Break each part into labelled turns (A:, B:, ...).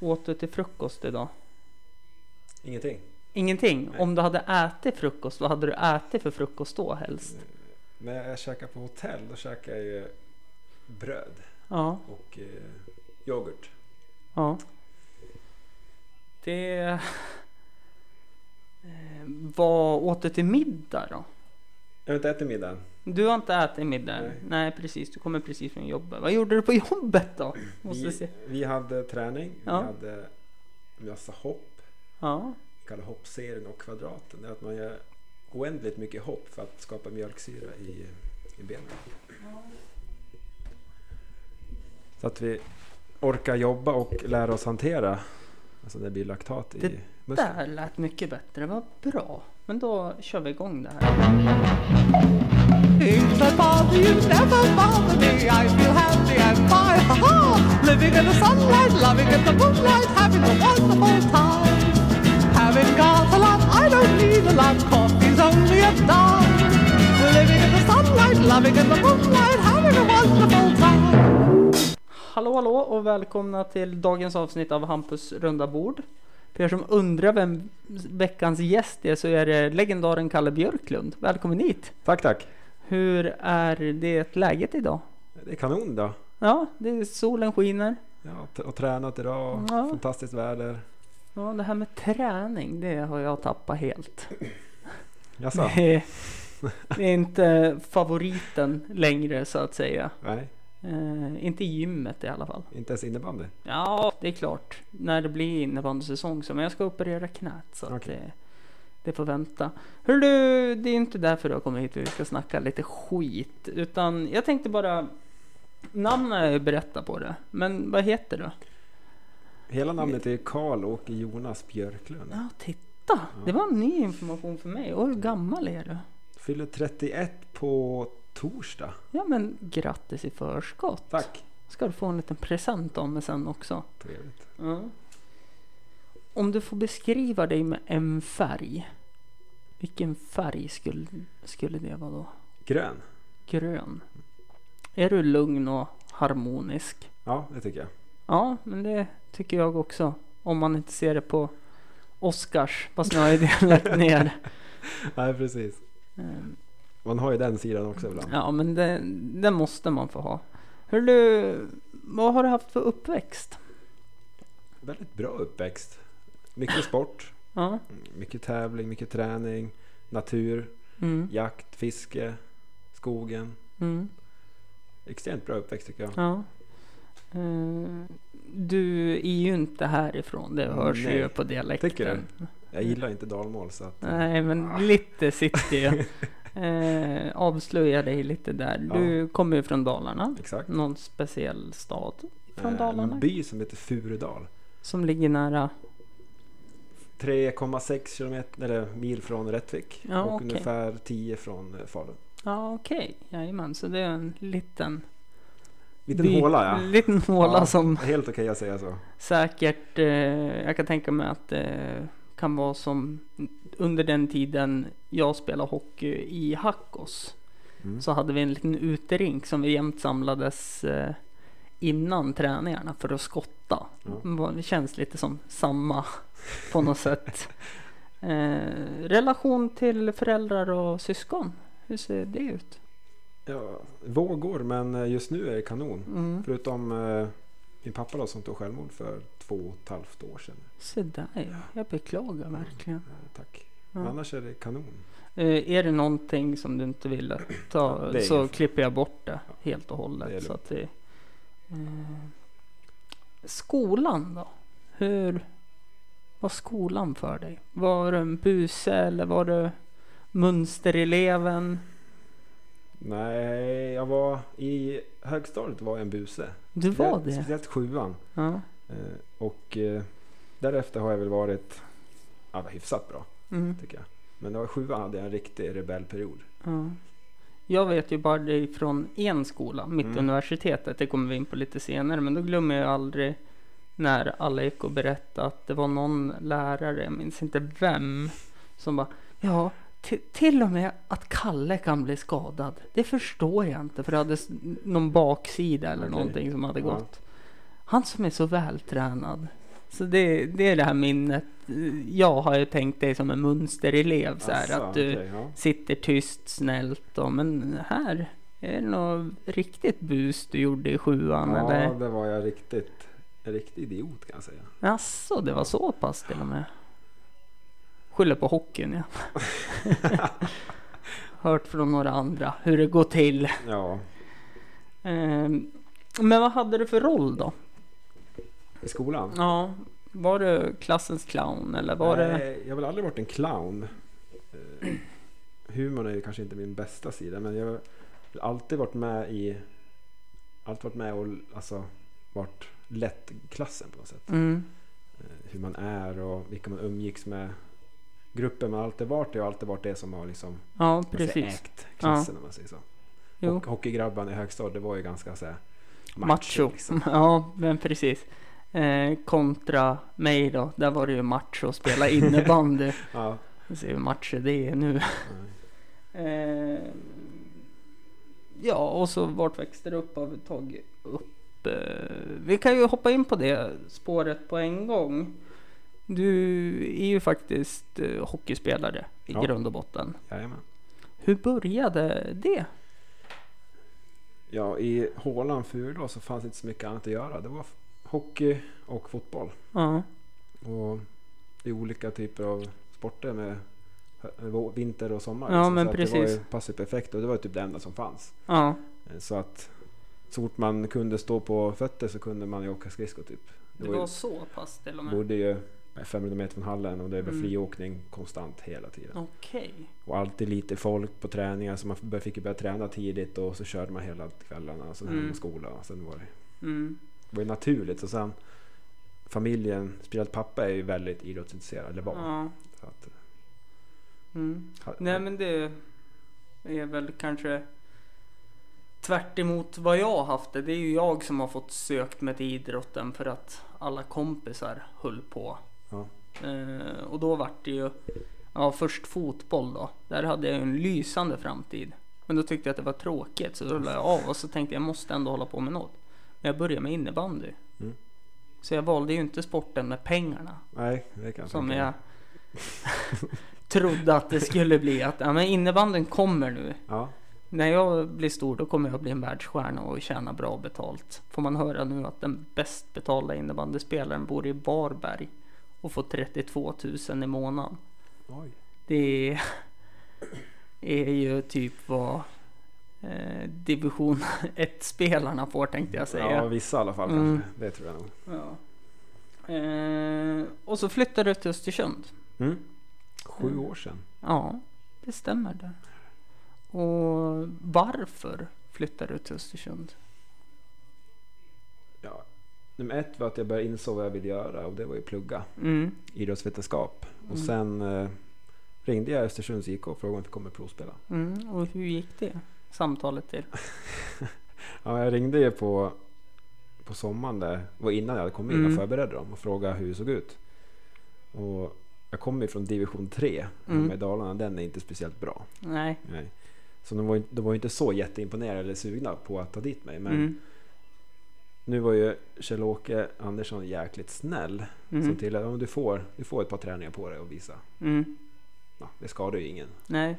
A: åt du till frukost idag?
B: Ingenting.
A: Ingenting.
B: Nej.
A: Om du hade ätit frukost, vad hade du ätit för frukost då helst?
B: När jag käkar på hotell då käkar jag ju bröd
A: Ja,
B: och eh, yoghurt.
A: ja. Det... Eh, Vad åt du till middag då?
B: Jag har inte ätit middag än.
A: Du har inte ätit middag? Nej.
B: Nej.
A: precis. Du kommer precis från jobbet. Vad gjorde du på jobbet då? Måste se.
B: Vi, vi hade träning, vi
A: Ja.
B: hade massa hopp.
A: Ja,
B: Vi kallar hoppserien och kvadraten. Det är att man gör oändligt mycket hopp för att skapa mjölksyra i, i benen. Så att vi orkar jobba och lära oss hantera. Alltså det blir laktat i
A: Det
B: musklerna.
A: där lät mycket bättre. Vad bra. Men då kör vi igång det här.
C: Things that bother you never bother me. I feel happy, I'm fine. Ha ha! Living in the sunlight, loving in the moonlight, having a wonderful time. Having got a lot, I don't need a lot. Coffee's only a dime. Living in the sunlight, loving in the moonlight, having a wonderful time.
A: Hallå hallå och välkomna till dagens avsnitt av Hampus runda bord. För er som undrar vem veckans gäst är så är det legendaren Kalle Björklund. Välkommen hit!
B: Tack, tack.
A: Hur är det läget idag?
B: Det är kanon idag.
A: Ja, det är solen skiner.
B: Ja, t- och tränat idag och
A: Ja.
B: fantastiskt väder.
A: Ja, det här med träning, det har jag tappat helt.
B: Jaså?
A: Det, är, det är inte favoriten längre så att säga.
B: Nej,
A: Eh, inte i gymmet i alla fall.
B: inte ens innebandy.
A: Ja, det är klart. När det blir innebandysäsong så. Men jag ska operera knät så att
B: Okej.
A: det, det får vänta. Hör du, det är inte därför du har kommit hit och vi ska snacka lite skit. Utan jag tänkte bara, namn har jag ju berättat på det. Men vad heter du?
B: Hela namnet är ju Karl och Jonas Björklund.
A: Ja, titta! Det var ny information för mig. Och hur gammal är du?
B: Fyller 31 på torsdag.
A: Ja men grattis i förskott!
B: Tack!
A: Ska du få en liten present av mig sen också.
B: Trevligt.
A: Om du får beskriva dig med en färg. Vilken färg skulle, skulle det vara då?
B: Grön.
A: Grön. Är du lugn och harmonisk?
B: Ja, det tycker jag.
A: Ja, men det tycker jag också. Om man inte ser det på Oscars, fast nu har ju det lagt ner.
B: Nej, precis.
A: Ehm,
B: Man har ju den sidan också ibland.
A: Ja, men det, det måste man få ha. Hör du, vad har du haft för uppväxt?
B: Väldigt bra uppväxt. Mycket sport,
A: Ja,
B: mycket tävling, mycket träning, natur,
A: mm,
B: jakt, fiske, skogen.
A: mm.
B: Extremt bra uppväxt tycker jag.
A: Ja. Eh, Du är ju inte härifrån, det hörs
B: Nej.
A: ju på dialekten.
B: Tycker du? Ah. Jag gillar inte dalmål så att...
A: Nej, men lite sitter ju. Eh, avslöja dig lite där. Du kommer ju från Dalarna.
B: Exakt.
A: Någon speciell stad från
B: Eh,
A: Dalarna?
B: En by som heter Furudal.
A: Som ligger nära?
B: 3,6 kilometer eller mil från Rättvik
A: Ja,
B: och
A: okej.
B: ungefär 10 från eh, Falun.
A: Ja, okej. Jajamän, så det är en liten...
B: Liten
A: by-
B: håla ja.
A: liten håla
B: Ja,
A: som
B: Helt okej att säga så.
A: Säkert, eh, jag kan tänka mig att det kan vara som under den tiden jag spelade hockey i Hackås.
B: Mm.
A: Så hade vi en liten uterink som vi jämt samlades eh, innan träningarna för att skotta.
B: Ja.
A: Det känns lite som samma på något sätt. Eh, relation till föräldrar och syskon, hur ser det ut?
B: Ja, vågor men eh, just nu är det kanon.
A: Mm.
B: Förutom eh, min pappa då, som tog självmord för två och ett halvt år sedan.
A: Se där ja, jag beklagar verkligen.
B: Eh, Tack.
A: Ja.
B: Men Annars är det kanon.
A: Eh, är det någonting som du inte vill att ta
B: Det är
A: så
B: ingen fara.
A: klipper jag bort det helt och
B: det är
A: hållet.
B: lugnt.
A: Så att det, eh, skolan då? Hur var skolan för dig? Var du en buse eller var du mönstereleven?
B: Nej, jag var i högstadiet var jag en buse.
A: Du var
B: Speciellt-
A: det?
B: Speciellt sjuan.
A: Ja.
B: Eh, och eh, därefter har jag väl varit ja, hyfsat bra
A: Mm,
B: tycker jag. Men det var sjuan hade jag en riktig rebellperiod.
A: ja. Jag vet ju bara det från en skola,
B: Mm.
A: Mittuniversitetet, det kommer vi in på lite senare, men då glömmer jag aldrig när alla gick och berättade att det var någon lärare, jag minns inte vem, som bara ja, ti- till och med att Kalle kan bli skadad. Det förstår jag inte för det hade s- någon baksida eller
B: Okej.
A: någonting som hade
B: Ja.
A: gått. Han som är så vältränad. Så det, det är det här minnet. Jag har ju tänkt dig som en mönsterelev så här
B: Asså,
A: att du
B: Alltså, okej, ja.
A: sitter tyst snällt och men här är det något riktigt bus du gjorde i sjuan
B: ja,
A: eller?
B: det var jag riktigt, en riktig idiot kan jag säga.
A: Jaså, det var så pass till och med. Skyller på hockeyn ja. Hört från några andra hur det går till.
B: Ja,
A: Ehm, Men vad hade du för roll då?
B: i skolan.
A: Ja, var du klassens clown eller var det?
B: Nej, Jag har väl aldrig varit en clown. Eh, Humorn är ju kanske inte min bästa sida men jag har väl alltid varit med i... Alltid varit med och alltså varit lättklassen på något sätt.
A: Mm.
B: Eh, Hur man är och vilka man umgicks med. Gruppen man alltid varit i och alltid varit det som har liksom
A: Ja,
B: man säger,
A: precis.
B: ägt klassen om man säger så.
A: Jo.
B: Hock- Hockeygrabbarna i högstadiet det var ju ganska så här,
A: Macho.
B: liksom.
A: Ja, men precis. Eh, kontra mig då, där var det ju macho att spela innebandy.
B: Ja,
A: Vi ser hur macho det är nu.
B: nej.
A: Eh, ja, och så vart växte det upp? Har vi tagit upp? Eh, vi kan ju hoppa in på det spåret på en gång. Du är ju faktiskt eh, hockeyspelare i
B: Ja.
A: grund och botten.
B: Jajamän.
A: Hur började det?
B: Ja, i Håland Furulå så fanns inte så mycket annat att göra. Det var f- hockey och fotboll.
A: Ja,
B: Och det är olika typer av sporter med hö- vå- vinter och sommar. liksom.
A: Ja, men
B: så att Det var ju
A: precis.
B: pass perfekt och det var ju typ det enda som fanns.
A: ja,
B: Eh, Så att så fort man kunde stå på fötter så kunde man ju åka skridskor typ.
A: det
B: var ju-
A: var så pass till och med.
B: bodde ju 500 meter från hallen och det var
A: Mm.
B: friåkning konstant hela tiden.
A: Okej.
B: Och alltid lite folk på träningar så man f- fick ju börja träna tidigt och så körde man hela kvällarna och sen hem
A: Mm.
B: och skola. Och sen var det
A: Mm.
B: var ju naturligt. Så sen familjen, speciellt pappa är ju väldigt idrottsintresserad, eller var.
A: Ja.
B: Så att,
A: Mm.
B: ha- eh,
A: Nej men det är väl kanske tvärt emot vad jag har haft det. Det är ju jag som har fått sökt mig till idrotten för att alla kompisar höll på.
B: Ja.
A: Eh, och då vart det ju, ja först fotboll då. Där hade jag ju en lysande framtid. Men då tyckte jag att det var tråkigt så då la jag av och så tänkte jag jag måste ändå hålla på med något. Men jag började med innebandy.
B: Mm.
A: Så jag valde ju inte sporten med pengarna
B: Nej, det kan jag
A: som
B: tänka
A: jag
B: mig.
A: trodde att det skulle bli. Att ja, men innebanden kommer nu.
B: Ja,
A: När jag blir stor då kommer jag bli en världsstjärna och tjäna bra betalt. Får man höra nu att den bäst betalda innebandyspelaren bor i Varberg och får 32 000 i månaden.
B: oj.
A: Det är, är ju typ vad eh, division 1-spelarna får tänkte jag säga.
B: Ja, vissa i alla fall
A: Mm.
B: kanske. Det tror jag nog.
A: Ja. Eh, och så flyttade jag till Östersund.
B: Mm. Sju
A: Mm.
B: år sedan.
A: Ja, det stämmer det. Och varför flyttade du till Östersund?
B: Ja. Nummer ett var att jag började inse vad jag ville göra och det var ju plugga
A: Mm.
B: idrottsvetenskap.
A: Mm.
B: Och sen eh, ringde jag Östersunds IK och frågade om jag fick komma och provspela.
A: Mm. Och hur gick det samtalet till?
B: Ja, jag ringde ju på, på sommaren där, det var innan jag hade kommit in
A: Mm.
B: och förberedde dem och frågade hur det såg ut. Och jag kommer ju från division 3
A: Mm.
B: hemma i Dalarna, den är inte speciellt bra.
A: Nej.
B: Nej. Så de var, ju- de var ju inte så jätteimponerade eller sugna på att ta dit mig. Men
A: Mm.
B: nu var ju Kjell-Åke Andersson jäkligt snäll.
A: Mm.
B: Så till att ja, men du, får, du får ett par träningar på dig och visa.
A: Mm.
B: Ja, det skadar ju ingen.
A: Nej.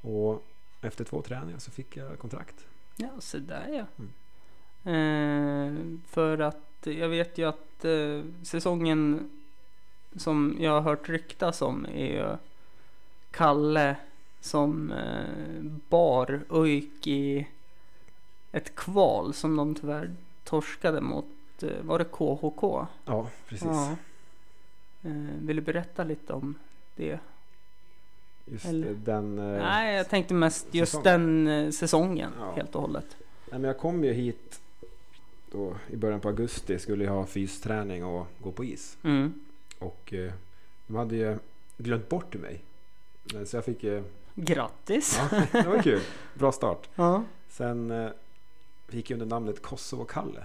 B: Och efter två träningar så fick jag kontrakt.
A: Ja, så där ja.
B: Mm.
A: Eh, för att jag vet ju att eh, säsongen som jag har hört ryktas om är ju Kalle som eh, bar Uik i ett kval som de tyvärr torskade mot. Eh, var det KHK?
B: Ja, precis.
A: Eh, vill du berätta lite om
B: Eh,
A: det?
B: Just
A: Eller-
B: den... eh,
A: Nej, jag tänkte mest just
B: säsong.
A: den eh, säsongen
B: Ja.
A: helt och hållet.
B: Nej, men jag kom ju hit då, i början på augusti, skulle jag ha fysträning och gå på is.
A: Mm.
B: Och eh, de hade ju glömt bort mig. Men Så jag fick ju...
A: Grattis!
B: Ja, det var kul. Bra start.
A: Ja.
B: Sen eh, fick jag under namnet Kosovo-Kalle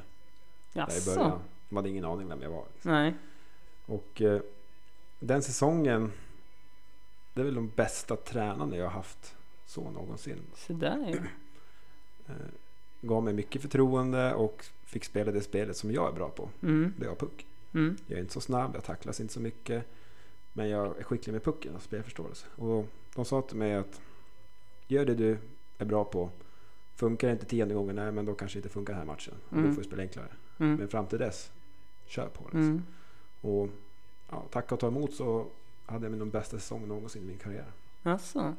B: där i
A: Jaså?
B: början. De hade ingen aning vem jag var. Liksom.
A: Nej.
B: Och eh, den säsongen, det är väl de bästa tränarna jag har haft så någonsin.
A: Så där ja.
B: Eh, gav mig mycket förtroende och fick spela det spelet som jag är bra på.
A: Mm.
B: Det är puck.
A: Mm.
B: Jag är inte så snabb, jag tacklas inte så mycket. Men jag är skicklig med pucken och spelförståelse. Och de sa till mig att gör det du är bra på. Funkar det inte tionde gången, nej men då kanske det inte funkar den här matchen. Och Då
A: Mm.
B: får du spela enklare.
A: Mm.
B: Men fram till dess, kör på. Liksom.
A: Mm.
B: Och ja, tacka och ta emot så hade jag min bästa säsong någonsin i min karriär.
A: Alltså.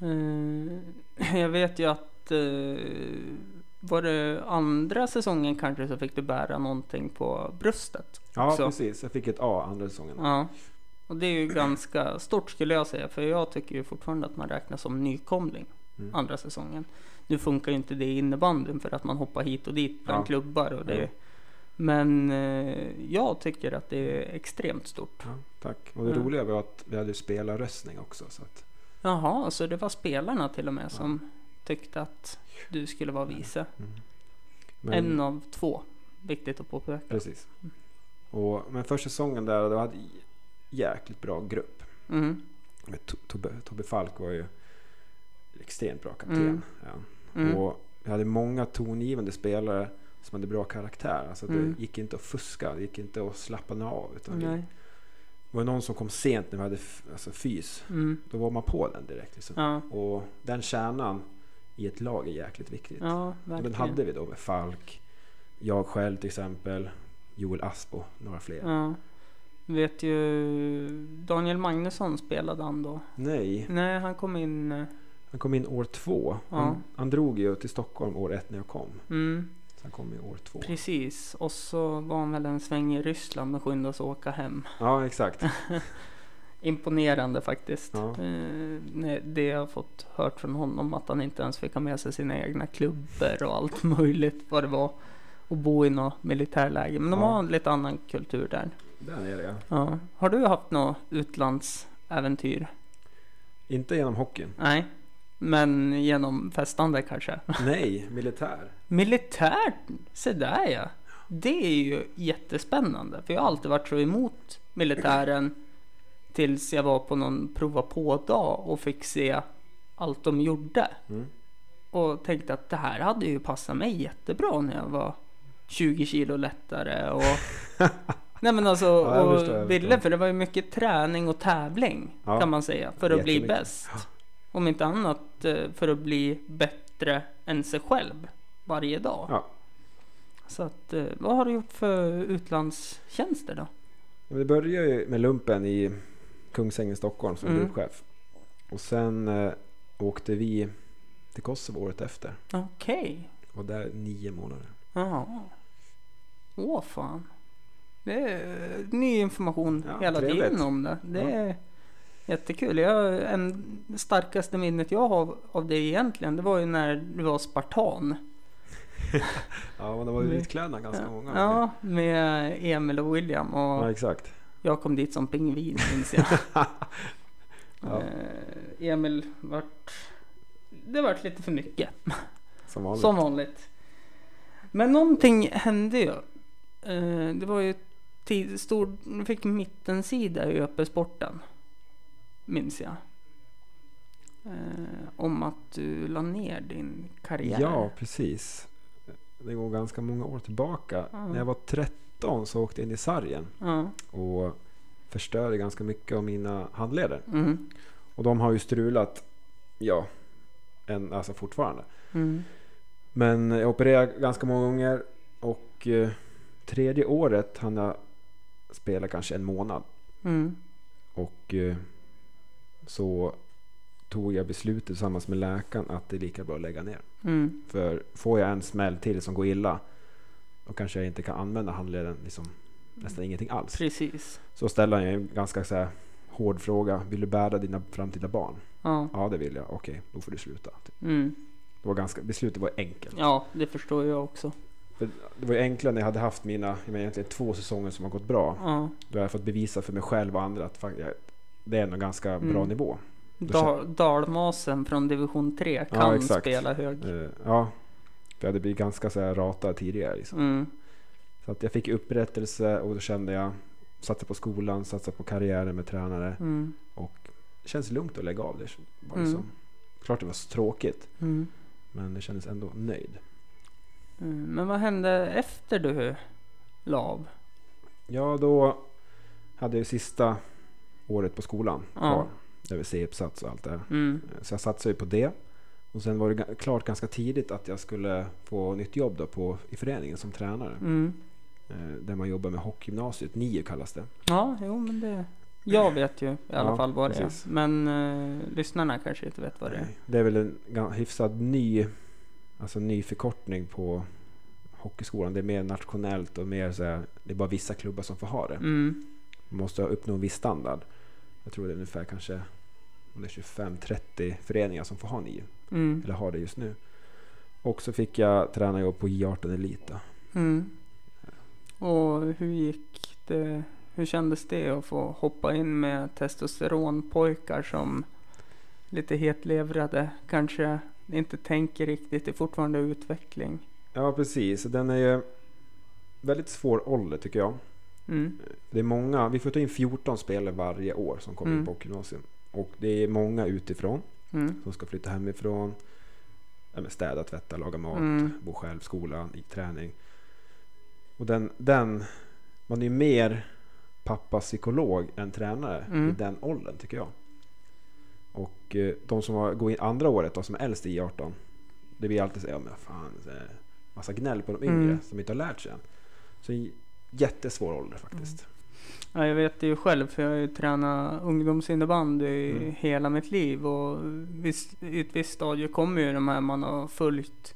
A: Eh, jag vet ju att eh, var det andra säsongen kanske så fick du bära någonting på bröstet.
B: Ja,
A: Så.
B: precis. Jag fick ett A andra säsongen.
A: Ja. Och det är ju ganska stort skulle jag säga. För jag tycker ju fortfarande att man räknas som nykomling
B: Mm.
A: andra säsongen. Nu funkar ju inte det i innebandyn för att man hoppar hit och dit bland
B: Ja.
A: klubbar. Och det,
B: Ja.
A: Men eh, jag tycker att det är extremt stort.
B: Ja, tack. Och det
A: Mm.
B: roliga var att vi hade spelarröstning också. Så att,
A: Jaha, så det var spelarna till och med som tyckte att du skulle vara vice.
B: mm. men,
A: En av två. Viktigt att påpeka.
B: Precis. Och, men första säsongen där, då hade vi jäkligt bra grupp.
A: Mm.
B: Men To- Tobbe, Tobbe Falk var ju extremt bra kapten.
A: Mm.
B: Ja.
A: Mm.
B: Och vi hade många tongivande spelare som hade bra karaktär. Alltså det
A: Mm.
B: gick inte att fuska, det gick inte att slappna av. Utan vi,
A: Nej.
B: det var någon som kom sent när vi hade f- alltså fys.
A: Mm.
B: Då var man på den direkt. Liksom.
A: Ja.
B: Och den kärnan i ett lag är jäkligt viktigt.
A: ja,
B: Och
A: verkligen.
B: den hade vi då med Falk, jag själv till exempel, Joel Asp och några fler.
A: Ja. Vet ju Daniel Magnusson spelade han då.
B: Nej,
A: Nej, han kom in. eh,
B: han kom in år två.
A: Ja.
B: Han, han drog ju till Stockholm år ett när jag kom.
A: Mm,
B: Så han kom i år två.
A: precis. Och så var han väl en sväng i Ryssland men skyndades åka hem.
B: Ja, exakt.
A: Imponerande faktiskt.
B: Ja.
A: Eh, nej, det jag har fått hört från honom att han inte ens fick ha med sig sina egna klubbor och allt möjligt vad det var. Och bo i något militärläger. Men de
B: Ja.
A: har en lite annan kultur där.
B: Där nere ja.
A: Ja. Har du haft något utlandsäventyr?
B: Inte genom hockeyn.
A: Nej. Men genom festande kanske?
B: Nej, militär.
A: Militärt, se där ja. Det är ju jättespännande. För jag har alltid varit så emot militären. Tills jag var på någon prova på-dag och fick se allt de gjorde.
B: Mm.
A: Och tänkte att det här hade ju passat mig jättebra när jag var 20 kilo lättare. Och... Nej men alltså,
B: Ja, jag
A: och
B: förstår, jag
A: ville,
B: förstår.
A: för det var ju mycket träning och tävling
B: Ja,
A: kan man säga. För att bli
B: jättemycket.
A: bäst. Om inte annat eh, för att bli bättre än sig själv varje dag.
B: Ja.
A: Så att, eh, vad har du gjort för utlandstjänster då?
B: Men det började ju med lumpen i Kungsängen, Stockholm som
A: Mm.
B: gruppchef. Och sen eh, åkte vi till Kosovo året efter.
A: Okej,
B: Var där nio månader.
A: ja. Åh fan. Det är eh, ny information
B: Ja,
A: hela
B: trevligt.
A: tiden om det. Det
B: Ja.
A: är jättekul. Jag, en det starkaste minnet jag har av det egentligen, det var ju när det var Spartan.
B: Ja, men de var
A: Mm.
B: utklädda ganska många.
A: Ja, med Emil och William. Och
B: ja exakt.
A: Jag kom dit som pingvin minns jag.
B: Ja.
A: Eh, Emil vart... Det vart lite för mycket.
B: Som vanligt.
A: Som vanligt. Men någonting hände ju. Eh, det var ju tid, stor... Nu fick mittensida i Öppensporten. Minns jag. Eh, om att du la ner din karriär.
B: Ja, precis. Det går ganska många år tillbaka.
A: Ja.
B: När jag var 13 så åkte jag in i sargen
A: Ja.
B: och förstörde ganska mycket av mina handleder.
A: Mm.
B: Och de har ju strulat, ja, en, alltså fortfarande.
A: Mm.
B: Men jag opererade ganska många gånger och eh, tredje året hann jag spela kanske en månad.
A: Mm.
B: Och eh, så tog jag beslutet tillsammans med läkaren att det är lika bra att lägga ner.
A: Mm.
B: För får jag en smäll till som går illa då kanske jag inte kan använda handleden liksom, nästan ingenting alls.
A: Precis.
B: Så ställer jag en ganska så här, hård fråga. Vill du bära dina framtida barn?
A: Ja.
B: Ja, det vill jag. Okej, då får du sluta. Typ.
A: Mm.
B: Det var ganska, beslutet var enkelt.
A: Ja, det förstår jag också.
B: För det var ju enklare när jag hade haft mina jag menar, egentligen två säsonger som har gått bra.
A: Ja.
B: Då har jag fått bevisa för mig själv och andra att fan, jag, det är en ganska bra
A: Mm.
B: nivå. Då
A: Dal Dalmasen från division 3
B: Ja,
A: kan
B: exakt.
A: spela hög.
B: Eh, ja, för jag hade blivit ganska så här, ratad tidigare. Liksom.
A: Mm.
B: Så att jag fick upprättelse och då kände jag satsa på skolan, satsa på karriären med tränare.
A: Mm.
B: Och det känns lugnt att lägga av det. Var det
A: Mm.
B: som. Klart det var så tråkigt
A: Mm.
B: men det kändes ändå nöjd.
A: Mm. Men vad hände efter du la av?
B: Ja, då hade jag ju sista året på skolan
A: Ja.
B: kvar. Över C-uppsats och allt det här.
A: Mm.
B: Så jag satsade ju på det. Och sen var det ga- klart ganska tidigt att jag skulle få nytt jobb då på, i föreningen som tränare.
A: Mm.
B: Eh, Där man jobbar med hockeygymnasiet, NIO kallas det.
A: Ja, jo men det. Jag vet ju i alla
B: Ja,
A: fall vad det
B: precis.
A: är. Men eh, lyssnarna kanske inte vet vad det är.
B: Nej, Eh, Det är väl en ga- hyfsad ny, alltså ny förkortning på hockeyskolan. Det är mer nationellt och mer så här, det är bara vissa klubbar som får ha det.
A: Mm.
B: Man måste uppnå en viss standard. Jag tror det är ungefär kanske om det är 25-30 föreningar som får ha NIO,
A: Mm.
B: eller har det just nu. Och så fick jag träna jobb på J18 Elite. då.
A: Mm. Och hur gick det? Hur kändes det att få hoppa in med testosteronpojkar som lite hetlevrade kanske inte tänker riktigt, det är fortfarande utveckling.
B: Ja, precis. Den är ju väldigt svår ålder tycker jag.
A: Mm.
B: Det är många, vi får ta in 14 spelare varje år som kommer
A: Mm.
B: in på gymnasium. Och det är många utifrån
A: Mm.
B: som ska flytta hemifrån. Ja, men Städa, tvätta, laga mat,
A: Mm.
B: bo själv, skolan, i träning. Och den, den, man är ju mer pappa-psykolog än tränare
A: Mm.
B: i den åldern tycker jag. Och eh, de som har, går in andra året, då, som är äldst i 18, det blir alltid så, ja, men fan, så här, massa gnäll på de yngre
A: Mm.
B: som inte har lärt sig än. Så j- jättesvår ålder faktiskt.
A: Mm. Ja, jag vet det ju själv för jag har ju tränat ungdomsinnebandy i
B: Mm.
A: hela mitt liv och visst, i ett visst stadie kommer ju de här man har följt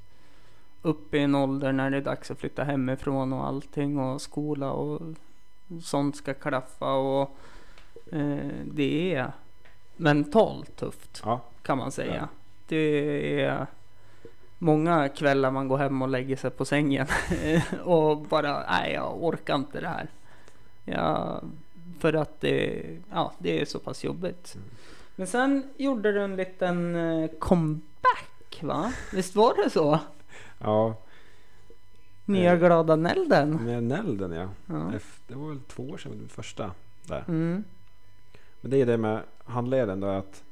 A: upp i en ålder när det är dags att flytta hemifrån och allting och skola och sånt ska klaffa och eh, det är mentalt tufft
B: Ja,
A: kan man säga.
B: Ja.
A: Det är många kvällar man går hem och lägger sig på sängen och bara, nej jag orkar inte det här. Ja, för att det, ja, det är så pass jobbigt.
B: Mm.
A: Men sen gjorde du en liten eh, comeback va? Visst var det så?
B: ja
A: Nya
B: Eh. Mm.
A: glada Nelden.
B: med Nelden ja.
A: Ja.
B: Efter- Det var väl två år sedan den första där.
A: Mm.
B: Men det är det med handleden då att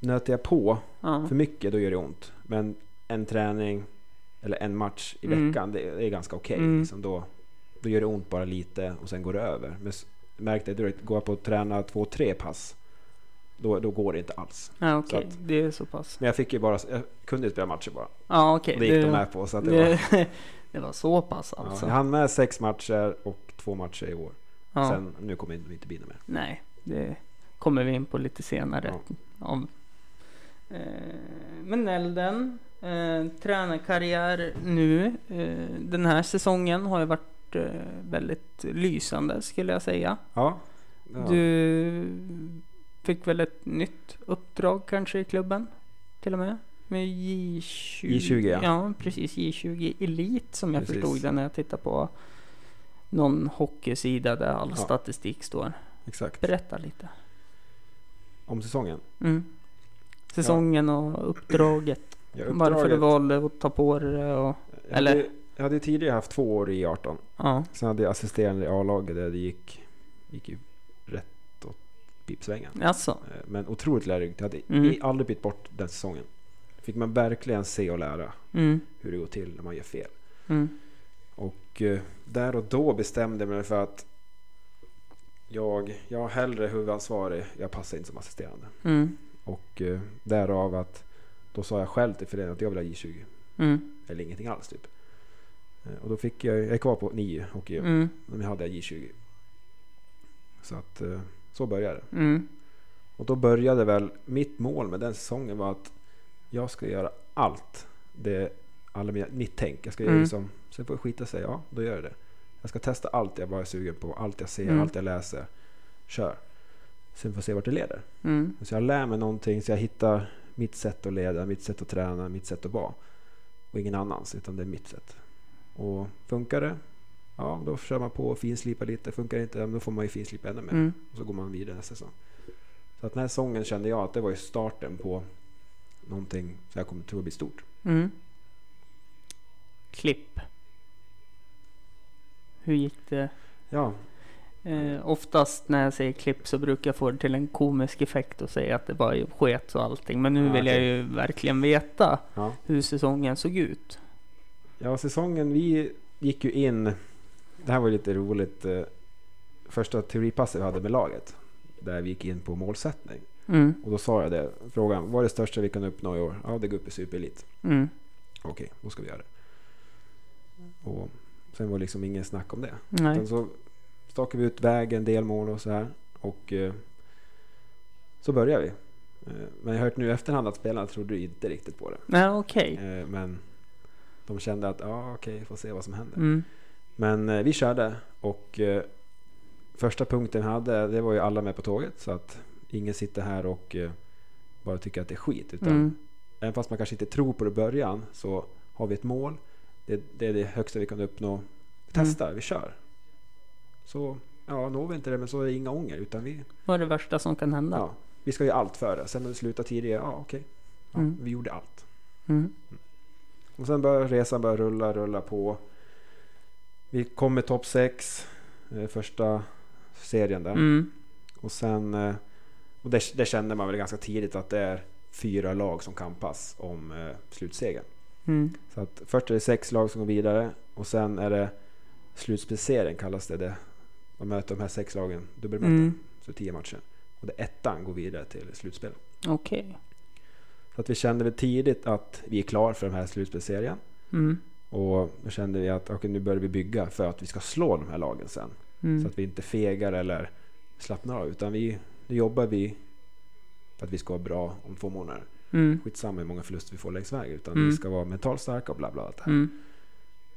B: nöter jag på
A: Ja.
B: för mycket då gör det ont. Men en träning eller en match i
A: Mm.
B: veckan det det är ganska okej.
A: Mm.
B: liksom då, då gör det ont bara lite och sen går det över. Men s- märkte jag direkt, går jag på att träna två, tre pass då, då går det inte alls.
A: Ja, okej,
B: Så
A: det är så pass.
B: Men jag fick ju bara, jag kunde ju spela matcher bara.
A: Ja, okej.
B: Och det gick
A: det-
B: de med på. Så att det var,
A: det, det var så pass
B: ja,
A: alltså.
B: jag hann med sex matcher och två matcher i år.
A: Ja.
B: Sen, nu kommer det inte bli något mer.
A: Nej, det kommer vi in på lite senare.
B: Ja.
A: Om. Eh, men Elden, eh, tränarkarriär nu. Eh, den här säsongen har ju varit eh, väldigt lysande skulle jag säga.
B: Ja. ja.
A: Du fick väl ett nytt uppdrag kanske i klubben till och med? Med J20,
B: J20, ja.
A: precis. J20 Elite som jag
B: Precis.
A: förstod det när jag tittade på någon hockeysida där all
B: Ja.
A: statistik står.
B: Exakt.
A: Berätta lite.
B: Om säsongen.
A: Mm. Säsongen och uppdraget.
B: Ja,
A: Varför du
B: uppdraget-
A: valde att ta på dig det och...
B: Jag
A: eller?
B: Hade, jag hade ju tidigare haft två år i 18.
A: Ja.
B: Sen hade jag assisterande i A-laget där det gick, gick ju rätt åt pipsvängen.
A: Alltså.
B: Eh, Men otroligt lärorikt. Jag hade
A: Mm.
B: i- aldrig bytt bort den säsongen. Fick man verkligen se och lära
A: Mm.
B: hur det går till när man gör fel.
A: Mm.
B: Och eh, där och då bestämde jag mig för att jag, jag är hellre huvudansvarig. Jag passar inte som assisterande.
A: Mm.
B: Och eh, därav att då sa jag själv till föreningen att jag vill ha J20.
A: Mm.
B: Eller ingenting alls typ. Eh, Och då fick jag, jag är kvar på nio hockey.
A: Mm.
B: Men jag hade J20. Så att eh, så började det.
A: Mm.
B: Och då började väl mitt mål med den säsongen var att jag ska göra allt. Det alla mina, mitt tänk. Jag ska
A: Mm.
B: göra det som, sen får jag skita sig. Ja, då gör jag det. Jag ska testa allt jag bara är sugen på. Allt jag ser,
A: Mm.
B: allt jag läser. Kör. Sen får jag se vart det leder.
A: Mm.
B: Så jag lär mig någonting så jag hittar mitt sätt att leda, mitt sätt att träna, mitt sätt att vara. Och ingen annans, utan det är mitt sätt. Och funkar det, ja då kör man på och finslipar lite. Funkar det inte, ja, men då får man ju finslipa ännu mer.
A: Mm.
B: Och så går man vidare nästa säsong. Så att den här sången kände jag att det var ju starten på någonting som jag kommer tro blir stort.
A: Mm. Klipp. Hur gick det?
B: Ja,
A: Eh, oftast när jag säger klipp så brukar jag få det till en komisk effekt och säga att det var sket och allting. Men nu
B: Ah,
A: vill jag
B: okej.
A: ju verkligen veta
B: ja.
A: hur säsongen såg ut.
B: ja säsongen vi gick ju in Det här var ju lite roligt. eh, Första teoripasset vi hade med laget. Där vi gick in på målsättning.
A: Mm,
B: Och då sa jag det. Frågan, vad är det största vi kan uppnå i år? Ja, det går upp i superelit.
A: mm,
B: Okej, då ska vi göra det. Och sen var det liksom ingen snack om det.
A: nej.
B: Utan så stakade vi ut vägen, delmål och så här. Och eh, så började vi. Eh, Men jag har hört nu i efterhand att spelarna trodde inte riktigt på det.
A: Nej, okej.
B: Eh, Men de kände att, ja okej, får se vad som händer.
A: Mm,
B: Men eh, vi körde och eh, första punkten vi hade, det var ju alla med på tåget. Så att ingen sitter här och eh, bara tycker att det är skit. Utan
A: mm,
B: även fast man kanske inte tror på det i början så har vi ett mål. Det, det är det högsta vi kan uppnå. Vi
A: Mm.
B: testar, vi kör. Så ja, når vi inte det, men så är det inga ånger. Utan vi,
A: vad är det värsta som kan hända?
B: ja, vi ska göra allt för det. Sen när vi slutar tidigare, ja okej. Ja,
A: Mm.
B: Vi gjorde allt.
A: Mm,
B: Och sen börjar resan börja rulla, rulla på. Vi kom med topp 6, första serien där.
A: mm,
B: Och sen, eh, och det, det kände man väl ganska tidigt att det är fyra lag som kampas om eh, slutsegern.
A: mm,
B: Så att först är det sex lag som går vidare och sen är det slutspeciering kallas det. det. Man möter de här sex lagen dubbelmöten,
A: mm,
B: så tio matcher. Och det ettan går vidare till slutspel.
A: okej.
B: Så att vi kände väl tidigt att vi är klar för den här slutspelserien.
A: Mm,
B: Och då kände vi att okej, nu börjar vi bygga för att vi ska slå de här lagen sen. Så
A: mm,
B: att vi inte fegar eller slappnar av. Utan vi, nu jobbar vi för att vi ska vara bra om två månader.
A: mm,
B: Skitsamma hur många förluster vi får längs vägen. Utan
A: Mm.
B: vi ska vara mentalt starka och bla bla. Allt det här.
A: mm,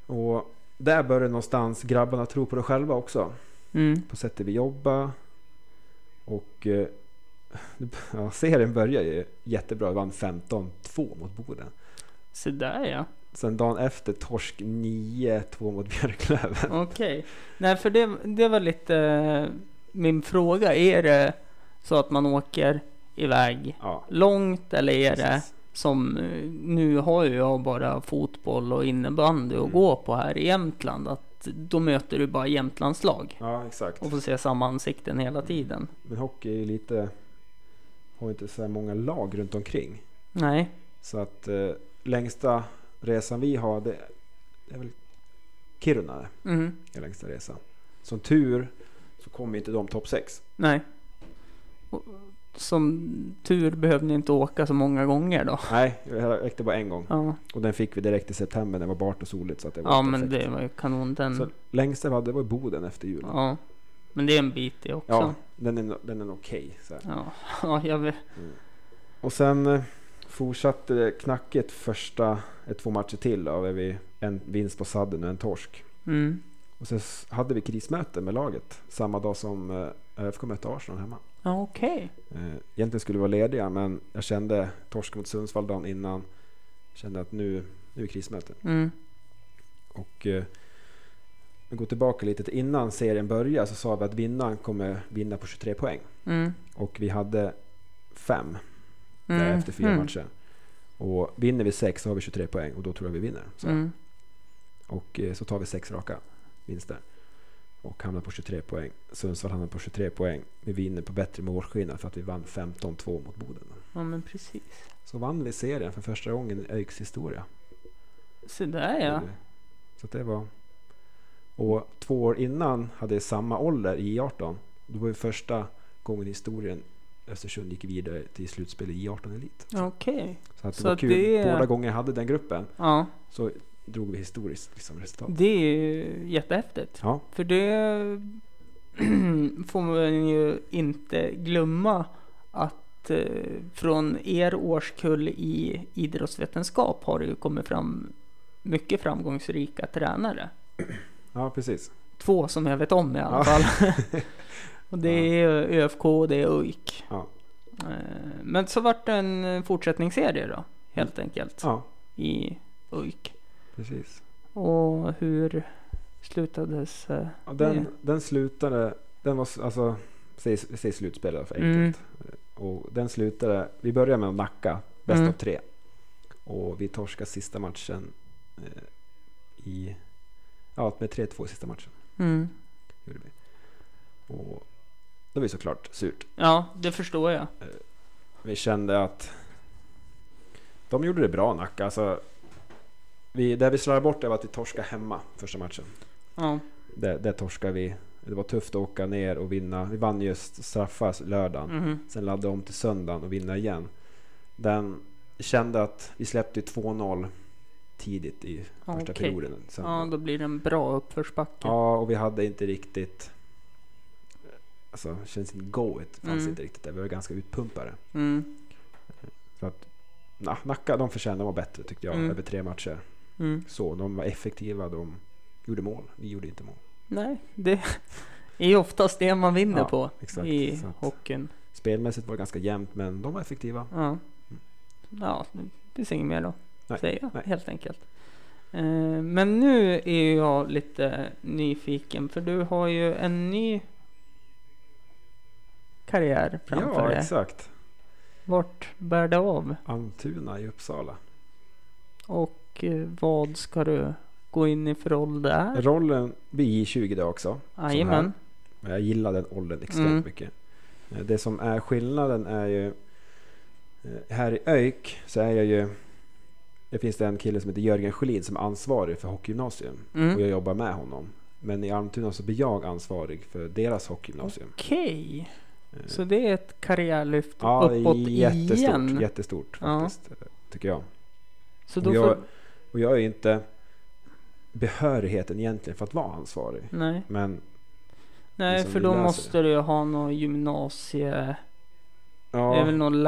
B: Och där började någonstans grabbarna tro på det själva också.
A: mm,
B: På sättet vi jobbar. Och eh, ja, serien börjar ju jättebra. Vi vann 15-2 mot Boden.
A: så där ja.
B: Sen dagen efter torsk 9-2 mot Björklöven.
A: Okej. Nej, för det, det var lite eh, min fråga. Är det så att man åker iväg
B: Ja,
A: långt eller är det
B: precis.
A: som eh, nu har ju jag bara fotboll och innebandy att
B: Mm.
A: gå på här i Jämtland. Att då möter du bara Jämtlandslag
B: ja exakt.
A: och får se samma ansikten hela tiden.
B: Men hockey är ju lite... Har ju inte så här många lag runt omkring.
A: Nej.
B: Så att eh, längsta resan vi har det, det är väl Kiruna. det
A: Mm.
B: är längsta resan. Som tur så kommer inte de topp 6.
A: Nej. Och, som tur behövde ni inte åka så många gånger då.
B: Nej, det räckte bara en gång.
A: Ja,
B: Och den fick vi direkt i september. Det var bart och soligt. Så att det var
A: ja
B: perfekt.
A: men det var ju kanon den.
B: Så längsta vi hade var i Boden efter jul. Ja,
A: Ja. Men det är en bit det också.
B: den är, den är okej. så här.
A: Ja, ja jag vet.
B: och sen eh, fortsatte det knackigt första eh, två matcher till. Då, där vi en vinst på sadden och en torsk.
A: Mm.
B: Och sen s- hade vi krismöte med laget samma dag som eh, ÖFK mötte Arsenal hemma.
A: Ja, okej.
B: Eh, Egentligen skulle vi vara lediga men jag kände torsk mot Sundsvall dagen innan. Kände att nu, nu är krismöte.
A: Mm.
B: Och eh, vi går tillbaka lite till innan serien började så sa vi att vinnaren kommer vinna på 23 poäng.
A: Mm.
B: Och vi hade fem
A: Mm.
B: där efter fyra
A: mm.
B: matcher. Och vinner vi sex så har vi 23 poäng och då tror jag vi vinner. Så.
A: Mm.
B: Och eh, så tar vi sex raka vinster. Och hamnar på 23 poäng. Sundsvall hamnar på 23 poäng. Vi vinner på bättre målskillnad för att vi vann 15-2 mot Boden.
A: Ja, men precis.
B: Så vann vi serien för första gången i ÖIKs historia.
A: Så där ja.
B: Så att det var... Och två år innan hade jag samma ålder i 18. Då var det första gången i historien Östersund gick vidare till slutspel i 18 Elit.
A: Okej.
B: Så att det
A: Så
B: var kul.
A: det-
B: Båda gånger jag hade den gruppen
A: Ja,
B: så drog vi historiskt liksom, resultat.
A: det är ju jättehäftigt.
B: Ja,
A: För det får man ju inte glömma att eh, från er årskull i idrottsvetenskap har det ju kommit fram mycket framgångsrika tränare.
B: ja precis.
A: Två som jag vet om i alla
B: Ja.
A: fall. och det är
B: Ja.
A: ÖFK och det är UIK.
B: Ja.
A: Eh, Men så vart det en fortsättningsserie då helt enkelt
B: Ja,
A: i UIK.
B: precis.
A: Och hur slutades eh,
B: Ja, den,
A: det?
B: den slutade, den var s- alltså, säg, säg slutspel då, för
A: Mm.
B: enkelt. Och den slutade, vi började med att Nacka, bäst
A: Mm.
B: av tre. Och vi torskade sista matchen eh, i, ja med 3-2 i sista matchen.
A: Mm.
B: Gjorde vi. Och det var ju såklart surt.
A: Ja, det förstår jag.
B: Vi kände att de gjorde det bra Nacka. Alltså, vi, där vi slarvade bort det var att vi torskade hemma första matchen.
A: Ja.
B: Där, där torskade vi. Det var tufft att åka ner och vinna. Vi vann just straffar lördagen.
A: Mhm.
B: Sen laddade om till söndagen och vinna igen. Den kände att vi släppte ju 2-0 tidigt i
A: Ja,
B: första
A: okej.
B: perioden. Sen,
A: Ja, då blir det en bra uppförsbacke.
B: Ja, och vi hade inte riktigt... Alltså, känns inte goet fanns
A: Mm.
B: inte riktigt där. Vi var ganska utpumpade.
A: Mm.
B: Så att, na, Nacka, de förtjänade att vara bättre tyckte jag,
A: Mm.
B: över tre matcher.
A: Mm.
B: Så, de var effektiva, de gjorde mål. Vi gjorde inte mål.
A: Nej, det är ju oftast det man vinner
B: Ja,
A: på
B: exakt.
A: i
B: Så att-
A: hockeyn.
B: Spelmässigt var det ganska jämnt, men de var effektiva.
A: Ja. ja, det finns inget mer då.
B: Mm. Nej,
A: Säger jag
B: nej.
A: helt enkelt. Eh, Men nu är jag lite nyfiken för du har ju en ny karriär framför
B: ja,
A: dig.
B: exakt.
A: Vart bär det av?
B: Almtuna i Uppsala.
A: Och eh, vad ska du gå in i för roll där?
B: Rollen blir 20 idag också.
A: Jajamän.
B: Men jag gillar den åldern extremt
A: Mm.
B: mycket. Eh, Det som är skillnaden är ju... eh, Här i ÖIK så är jag ju... Det finns det en kille som heter Jörgen Schelin som är ansvarig för hockeygymnasium. Och
A: Mm.
B: jag jobbar med honom. Men i Almtuna så blir jag ansvarig för deras hockeygymnasium.
A: Okej,
B: Eh,
A: så det är ett karriärlyft
B: ja, det är
A: uppåt
B: jättestort,
A: igen.
B: jättestort
A: Ja.
B: faktiskt. eh, Tycker jag.
A: Så då
B: Och jag-
A: får...
B: Och jag är ju inte behörigheten egentligen för att vara ansvarig.
A: Nej.
B: Men
A: Nej,
B: liksom
A: för
B: vi
A: då
B: läser.
A: måste du ju ha någon gymnasie... Det är
B: ja,
A: väl någon
B: precis.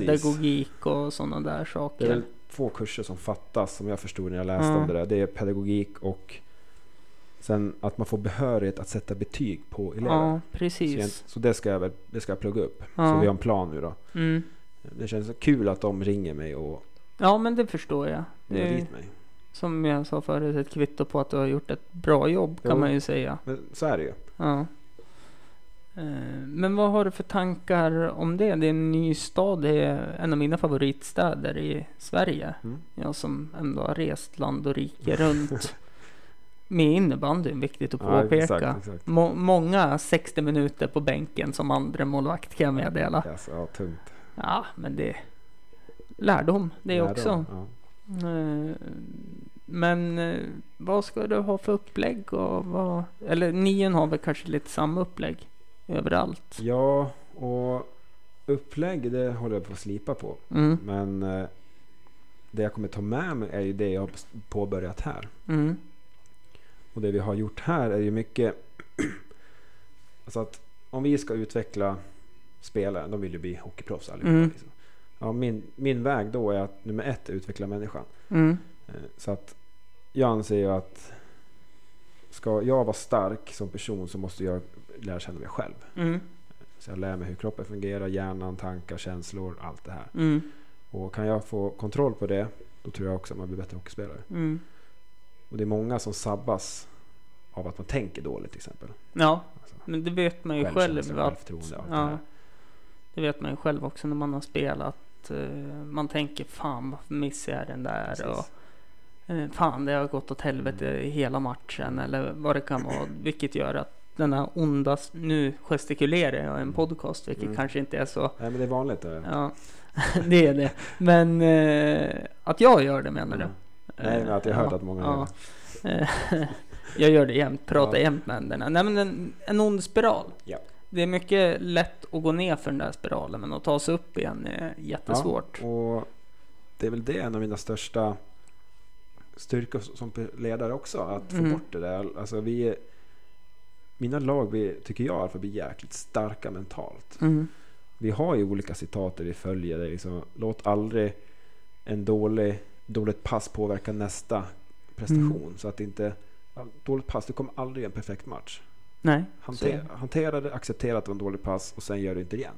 A: lärarpedagogik och sådana där
B: det
A: saker.
B: är väl två kurser som fattas som jag förstod när jag läste
A: Ja.
B: om det där. Det är pedagogik och sen att man får behörighet att sätta betyg på elever.
A: ja,
B: Så, jag,
A: precis.
B: så det, ska jag, väl- det ska jag plugga upp. Så
A: Ja.
B: vi har en plan nu då.
A: Mm.
B: Det känns så kul att de ringer mig och
A: Ja, men det förstår jag. Det
B: bjuder
A: är,
B: dit mig.
A: som jag sa förut, ett kvitto på att du har gjort ett bra jobb kan
B: Jo.
A: man ju säga.
B: Men så är det ju.
A: Ja. Eh, Men vad har du för tankar om det? Det är en ny stad, det är en av mina favoritstäder i Sverige.
B: Mm.
A: Jag som ändå har rest land och rike runt med innebandyn, viktigt att
B: Ja,
A: påpeka.
B: exakt, exakt.
A: Må- många 60 minuter på bänken som andra målvakt kan jag meddela.
B: Yes, ja, tungt.
A: Ja, men det... Lärdom det
B: Lärdom,
A: också.
B: Ja.
A: Eh, Men eh, vad ska du ha för upplägg? Och vad... Eller nian har väl kanske lite samma upplägg överallt?
B: ja, och upplägg det håller jag på att slipa på.
A: Mm,
B: Men eh, det jag kommer ta med mig är ju det jag har påbörjat här.
A: mm,
B: Och det vi har gjort här är ju mycket... alltså att om vi ska utveckla spelare, de vill ju bli hockeyproffs allihopa.
A: Mm.
B: Liksom. Ja, min, min väg då är att nummer ett är att utveckla människan.
A: mm,
B: Eh, Så att jag anser ju att ska jag vara stark som person så måste jag lära känna mig själv.
A: mm,
B: Så jag lär mig hur kroppen fungerar, hjärnan, tankar, känslor, allt det här.
A: mm,
B: Och kan jag få kontroll på det, då tror jag också att man blir bättre hockeyspelare.
A: mm.
B: Och det är många som sabbas av att man tänker dåligt till exempel.
A: Ja,
B: Alltså,
A: men det vet man ju själv.
B: självkänsla,
A: att-
B: självförtroende, allt det
A: Ja.
B: här.
A: Det vet man ju själv också när man har spelat. eh, Man tänker fan varför missade jag den där?
B: Precis.
A: Och, eh, fan det har gått åt helvete i hela matchen eller vad det kan vara. Vilket gör att den här onda, s- nu gestikulerar jag i en podcast vilket
B: Mm.
A: kanske inte är så.
B: Nej, men det är vanligt. Det.
A: Ja, det är det. Men eh, att jag gör det menar du?
B: Mm. Nej, men att jag har hört att många
A: ja.
B: gör det.
A: Eh, jag gör det jämt, pratar
B: Ja.
A: jämt med händerna. Nej men en, en ond spiral.
B: Ja.
A: Det är mycket lätt att gå ner för den där spiralen men att ta sig upp igen är jättesvårt.
B: Och det är väl det en av mina största styrkor som pe- ledare också. Att få
A: Mm.
B: bort det där. Alltså, vi, mina lag vi, tycker jag i alla fall blir jäkligt starka mentalt.
A: Mm.
B: Vi har ju olika citat där vi följer. Det är liksom, Låt aldrig en dålig, dåligt pass påverka nästa prestation. Så att det inte... Dåligt pass, du kommer aldrig i en perfekt match.
A: Nej.
B: Hantera, hantera det, acceptera att det var en dålig pass och sen gör du inte det igen.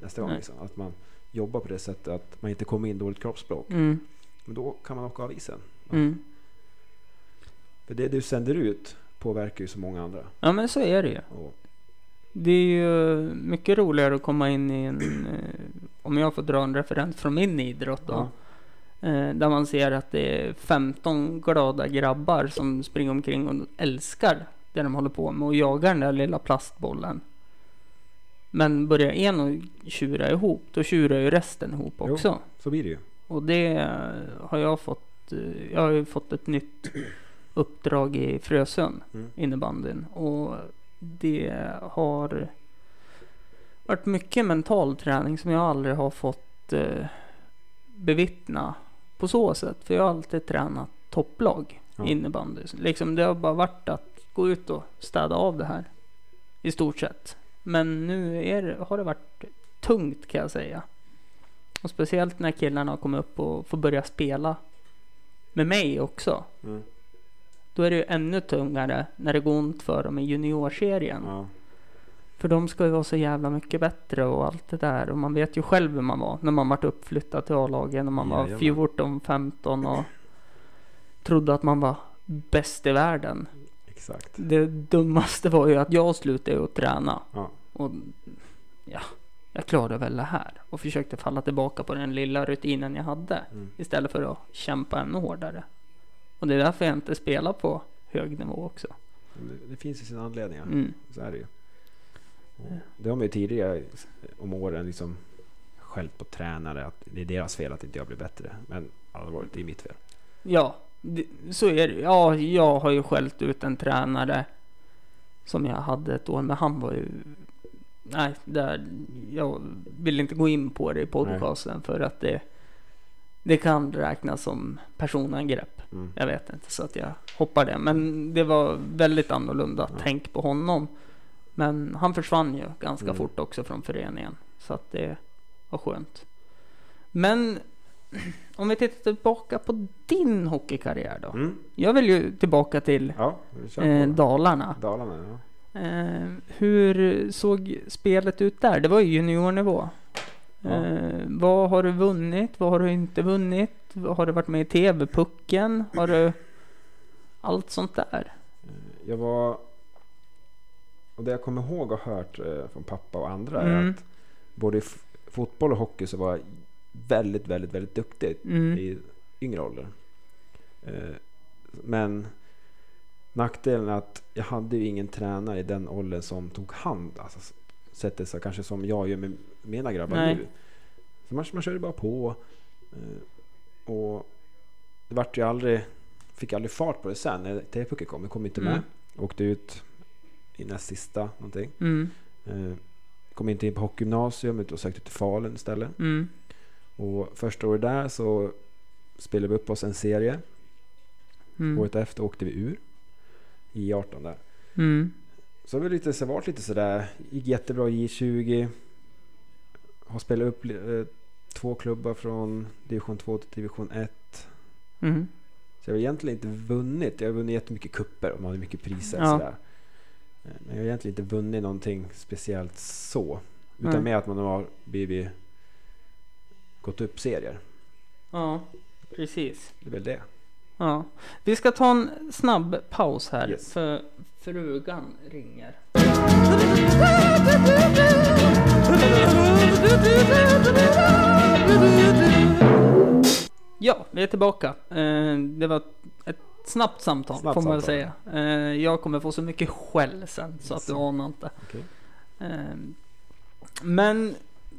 B: Nästa gång
A: Nej.
B: liksom. Att man jobbar på det sättet att man inte kommer in dåligt kroppsspråk.
A: Så- Mm.
B: Men då kan man åka av isen.
A: Mm.
B: För det du sänder ut påverkar ju så många andra.
A: Ja men så är det ju.
B: Och,
A: Det är ju mycket roligare att komma in i en, eh, om jag får dra en referens från min idrott då.
B: ja,
A: Eh, Där man ser att det är 15 glada grabbar som springer omkring och älskar det de håller på med och jagar den där lilla plastbollen. Men börjar en och tjura ihop, då tjurar ju resten ihop
B: Jo.
A: också.
B: så blir det ju.
A: eh, Och det har jag fått. eh, Jag har ju fått ett nytt uppdrag i Frösön,
B: Mm.
A: innebandyn. Och det har varit mycket mental träning som jag aldrig har fått eh, bevittna på så sätt. För jag har alltid tränat topplag
B: Ja.
A: innebandy. Liksom det har bara varit att gå ut och städa av det här i stort sett. Men nu är, det- har det varit tungt kan jag säga. Och speciellt när killarna har kommit upp och får börja spela med mig också.
B: Mm.
A: Då är det ju ännu tungare när det går ont för dem i juniorserien.
B: Ja.
A: För de ska ju vara så jävla mycket bättre och allt det där. Och man vet ju själv hur man var när man vart uppflyttad till A-lagen och man var
B: Jajamän.
A: 14, 15 och trodde att man var bäst i världen.
B: Exakt.
A: Det dummaste var ju att jag slutade att träna.
B: Ja.
A: Och ja, jag klarade väl det här. Och försökte falla tillbaka på den lilla rutinen jag hade.
B: Mm.
A: Istället för att kämpa ännu hårdare. Och det är därför jag inte spelar på hög nivå också.
B: Men Det, det finns ju sina anledningar.
A: Mm.
B: Så är det ju. Och Det har man ju tidigare om åren liksom skällt på tränare. Att det är deras fel att inte jag blir bättre. Men allvarligt, det är mitt fel.
A: Ja, det, så är det. Ja, jag har ju skällt ut en tränare som jag hade ett år med. Han var ju... Nej, där, jag vill inte gå in på det i podcasten för att det, det kan räknas som personangrepp.
B: Mm.
A: Jag vet inte så att jag hoppar det. Men det var väldigt annorlunda tänk på honom. Men han försvann ju ganska
B: Mm.
A: fort också från föreningen. Så att det var skönt. Men om vi tittar tillbaka på din hockeykarriär då.
B: Mm.
A: Jag vill ju tillbaka till
B: Ja, vi kör på.
A: eh,
B: då.
A: Dalarna.
B: Dalarna. Ja.
A: Eh, hur såg spelet ut där? Det var ju juniornivå.
B: Ja.
A: Eh, vad har du vunnit? Vad har du inte vunnit? Har du varit med i TV-pucken? Har du allt sånt där?
B: Eh, Jag var... Och det jag kommer ihåg och hört eh, från pappa och andra är
A: Mm.
B: att både i f- fotboll och hockey så var jag väldigt, väldigt, väldigt duktig
A: Mm.
B: i yngre ålder. Eh, Men nackdelen är att jag hade ju ingen tränare i den åldern som tog hand. Alltså s- sättet så kanske som jag gör med mina grabbar
A: Nej.
B: nu. Så man, man körde bara på. eh, Och det vart ju aldrig, fick aldrig fart på det sen när T-pucken kom. Det kom inte med.
A: Mm.
B: Åkte ut i näst sista någonting.
A: Mm.
B: Eh, Kom inte in på hockeygymnasium utan sökte till Falun istället.
A: Mm.
B: Och första året där så spelade vi upp oss en serie.
A: Mm.
B: Året efter åkte vi ur. I 18 där.
A: Mm.
B: Så har vi lite, så varit lite sådär. Gick jättebra i 20. Har spelat upp eh, två klubbar från division 2 till division 1.
A: Mm.
B: Så jag har egentligen inte vunnit. Jag har vunnit jättemycket kupper och man har mycket priser.
A: Ja.
B: Sådär. Eh, Men jag har egentligen inte vunnit någonting speciellt så. Utan
A: Nej.
B: mer att man har blivit gått upp serier.
A: Ja, precis.
B: Det är väl det.
A: Ja. Vi ska ta en snabb paus här
B: Yes.
A: för frugan ringer. Ja, vi är tillbaka. Eh, Det var ett snabbt samtal
B: Snabbt
A: får man väl
B: samtal.
A: säga. Eh, Jag kommer få så mycket skäll sen så att du anar inte.
B: Okej.
A: Eh, Men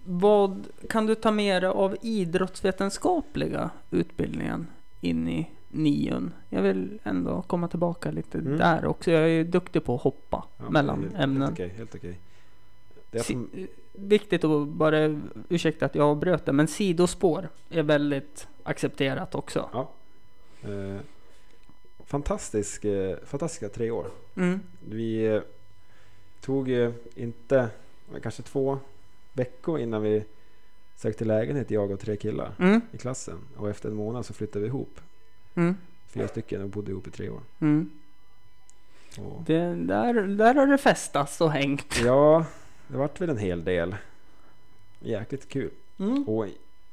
A: vad kan du ta med dig av idrottsvetenskapliga utbildningen in i nion? Jag vill ändå komma tillbaka lite
B: Mm.
A: där också. Jag är ju duktig på att hoppa
B: Ja,
A: mellan
B: helt,
A: ämnen.
B: Helt okej. Helt okej. Det är
A: Si-
B: som,
A: eh, Viktigt att bara, ursäkta att jag avbröt det, men sidospår är väldigt accepterat också.
B: ja. Eh, fantastisk, eh, fantastiska tre år.
A: Mm.
B: Vi eh, tog ju inte, eh, kanske två veckor innan vi sökte lägenhet jag och tre killar
A: Mm.
B: i klassen. Och efter en månad så flyttade vi ihop.
A: Mm.
B: Fyra stycken och bodde ihop i tre år.
A: Mm.
B: Och,
A: Det, där, där har det festats och hängt.
B: ja, det vart väl en hel del. Jäkligt kul.
A: Mm.
B: Och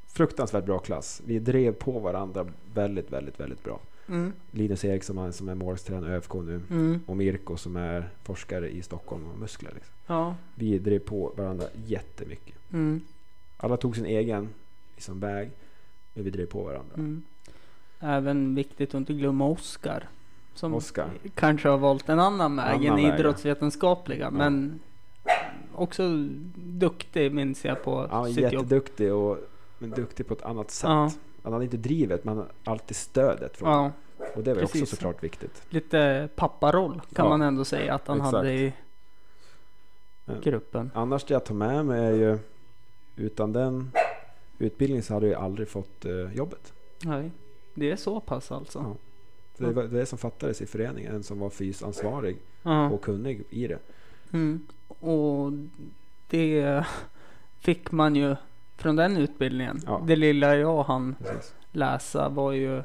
B: fruktansvärt bra klass. Vi drev på varandra väldigt, väldigt, väldigt bra.
A: Mm.
B: Linus Eriksson han som är målvaktstränare i ÖFK nu.
A: Mm.
B: Och Mirko som är forskare i Stockholm och muskler. Liksom.
A: Ja.
B: Vi drev på varandra jättemycket.
A: Mm.
B: Alla tog sin egen liksom, väg. Men vi drev på varandra.
A: Mm. Även viktigt att inte glömma Oskar. Som
B: Oskar.
A: kanske har valt en annan väg än
B: Annan väg,
A: idrottsvetenskapliga. Men också duktig minns jag på
B: Ja,
A: sitt jobb.
B: jätteduktig och men duktig på ett annat sätt.
A: Ja.
B: Han hade inte drivet men han hade alltid stödet från
A: Ja,
B: Och det var ju också
A: Precis.
B: såklart viktigt.
A: Lite papparoll kan
B: Ja,
A: man ändå säga att han hade i
B: Ja.
A: gruppen.
B: Annars det jag tar med mig är ju utan den utbildningen så hade jag ju aldrig fått eh, jobbet.
A: Nej, det är så pass alltså.
B: Ja. Så det var det som fattades i föreningen, en som var fysansvarig
A: Ja.
B: och kunnig i det.
A: Mm. Och det fick man ju från den utbildningen.
B: Ja.
A: Det lilla jag hann
B: Precis.
A: läsa var ju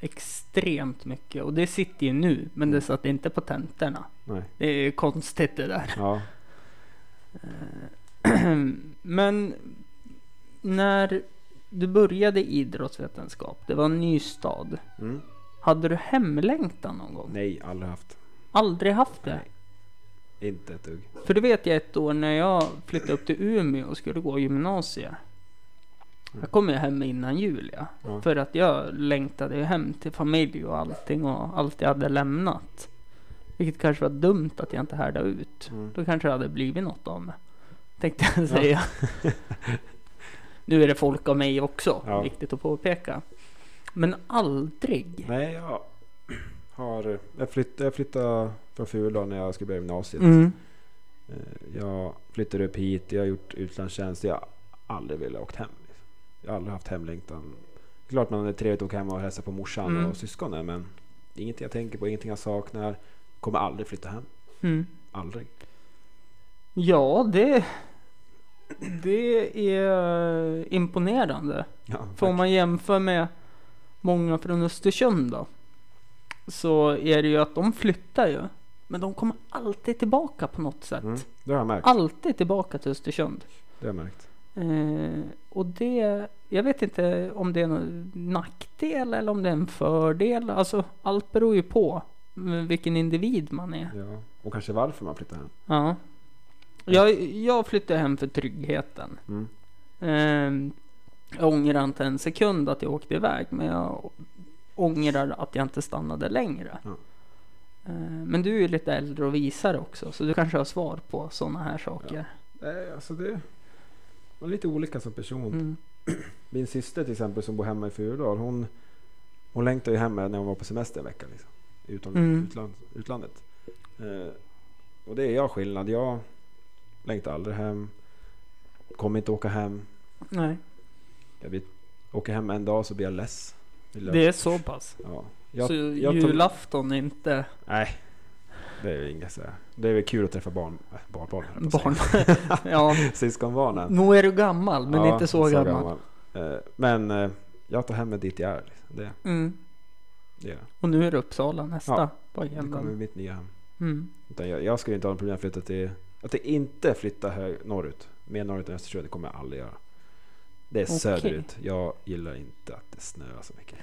A: extremt mycket och det sitter ju nu men
B: Mm.
A: det satt inte på tentorna.
B: Nej.
A: Det är ju konstigt det där.
B: Ja.
A: Men när du började idrottsvetenskap, det var en ny stad.
B: Mm.
A: Hade du hemlängtan någon gång?
B: Nej, aldrig haft.
A: Aldrig haft det?
B: Nej. Inte ett dugg.
A: För det vet jag ett år när jag flyttade upp till Umeå och skulle gå gymnasiet.
B: Mm.
A: Jag kom ju hem innan Julia.
B: Ja.
A: För att jag längtade ju hem till familj och allting och allt jag hade lämnat. Vilket kanske var dumt att jag inte härdade ut.
B: Mm.
A: Då kanske det hade blivit något av mig. Tänkte jag säga. nu är det folk av mig också.
B: Ja.
A: Viktigt att påpeka. Men aldrig.
B: Nej, jag har... Jag, flytt, jag flyttade från Fulå när jag skulle börja gymnasiet.
A: Mm.
B: Eh, Jag flyttade upp hit, jag har gjort utlandstjänst. Jag har aldrig velat åkt hem. liksom. Jag har aldrig haft hemlängtan. Klart man är trevligt att åka hem och hälsa på morsan
A: Mm.
B: och syskonen. Men ingenting jag tänker på, ingenting jag saknar. Kommer aldrig flytta hem.
A: Mm.
B: Aldrig.
A: Ja, det, det är imponerande.
B: Ja,
A: För om
B: tack.
A: man jämför med många från Östersund då. Så är det ju att de flyttar ju. Men de kommer alltid tillbaka på något sätt.
B: mm, det har jag märkt.
A: Alltid tillbaka till Östersund.
B: Det har jag märkt.
A: Eh, och det, jag vet inte om det är en nackdel eller om det är en fördel. Alltså allt beror ju på mm, vilken individ man är.
B: Ja. Och kanske varför man flyttar hem.
A: Ja. Jag, jag flyttade hem för tryggheten.
B: Mm.
A: Ehm, jag ångrar inte en sekund att jag åkte iväg, men jag ångrar att jag inte stannade längre.
B: Ja.
A: Ehm, men du är ju lite äldre och visare också, så du kanske har svar på sådana här saker.
B: Nej, alltså det... Man är lite olika som person.
A: Mm.
B: Min syster till exempel som bor hemma i Furudal. Hon, hon längtade ju hem när hon var på semester en vecka. Liksom, utom,
A: Mm.
B: utland, utlandet. Eh, och det är jag skillnad. Jag längtar aldrig hem. Kommer inte åka hem.
A: Nej,
B: Jag blir, åker hem en dag så blir jag less. Vill jag-
A: det är så pass.
B: ja. jag,
A: så
B: jag tar-
A: julafton är inte
B: Nej, det är ju inget så. här. Det är väl kul att träffa barn, äh, barnbarn. höll jag på att
A: barn.
B: säga.
A: ja,
B: Syskonbarnen.
A: nog är du gammal, men
B: Ja,
A: inte så, gammal.
B: Eh, men eh, jag tar hem mig dit jag är. Liksom. Det,
A: Mm.
B: det är det.
A: Och nu är det Uppsala nästa.
B: Ja,
A: Vad
B: Det
A: gäller.
B: kommer mitt nya hem.
A: Mm.
B: Utan jag, jag skulle inte ha något problem att flytta till... Att jag inte flytta hög, norrut. Mer norrut än Östersund, det kommer jag aldrig göra. Det är
A: Okej.
B: söderut. Jag gillar inte att det snöar så mycket.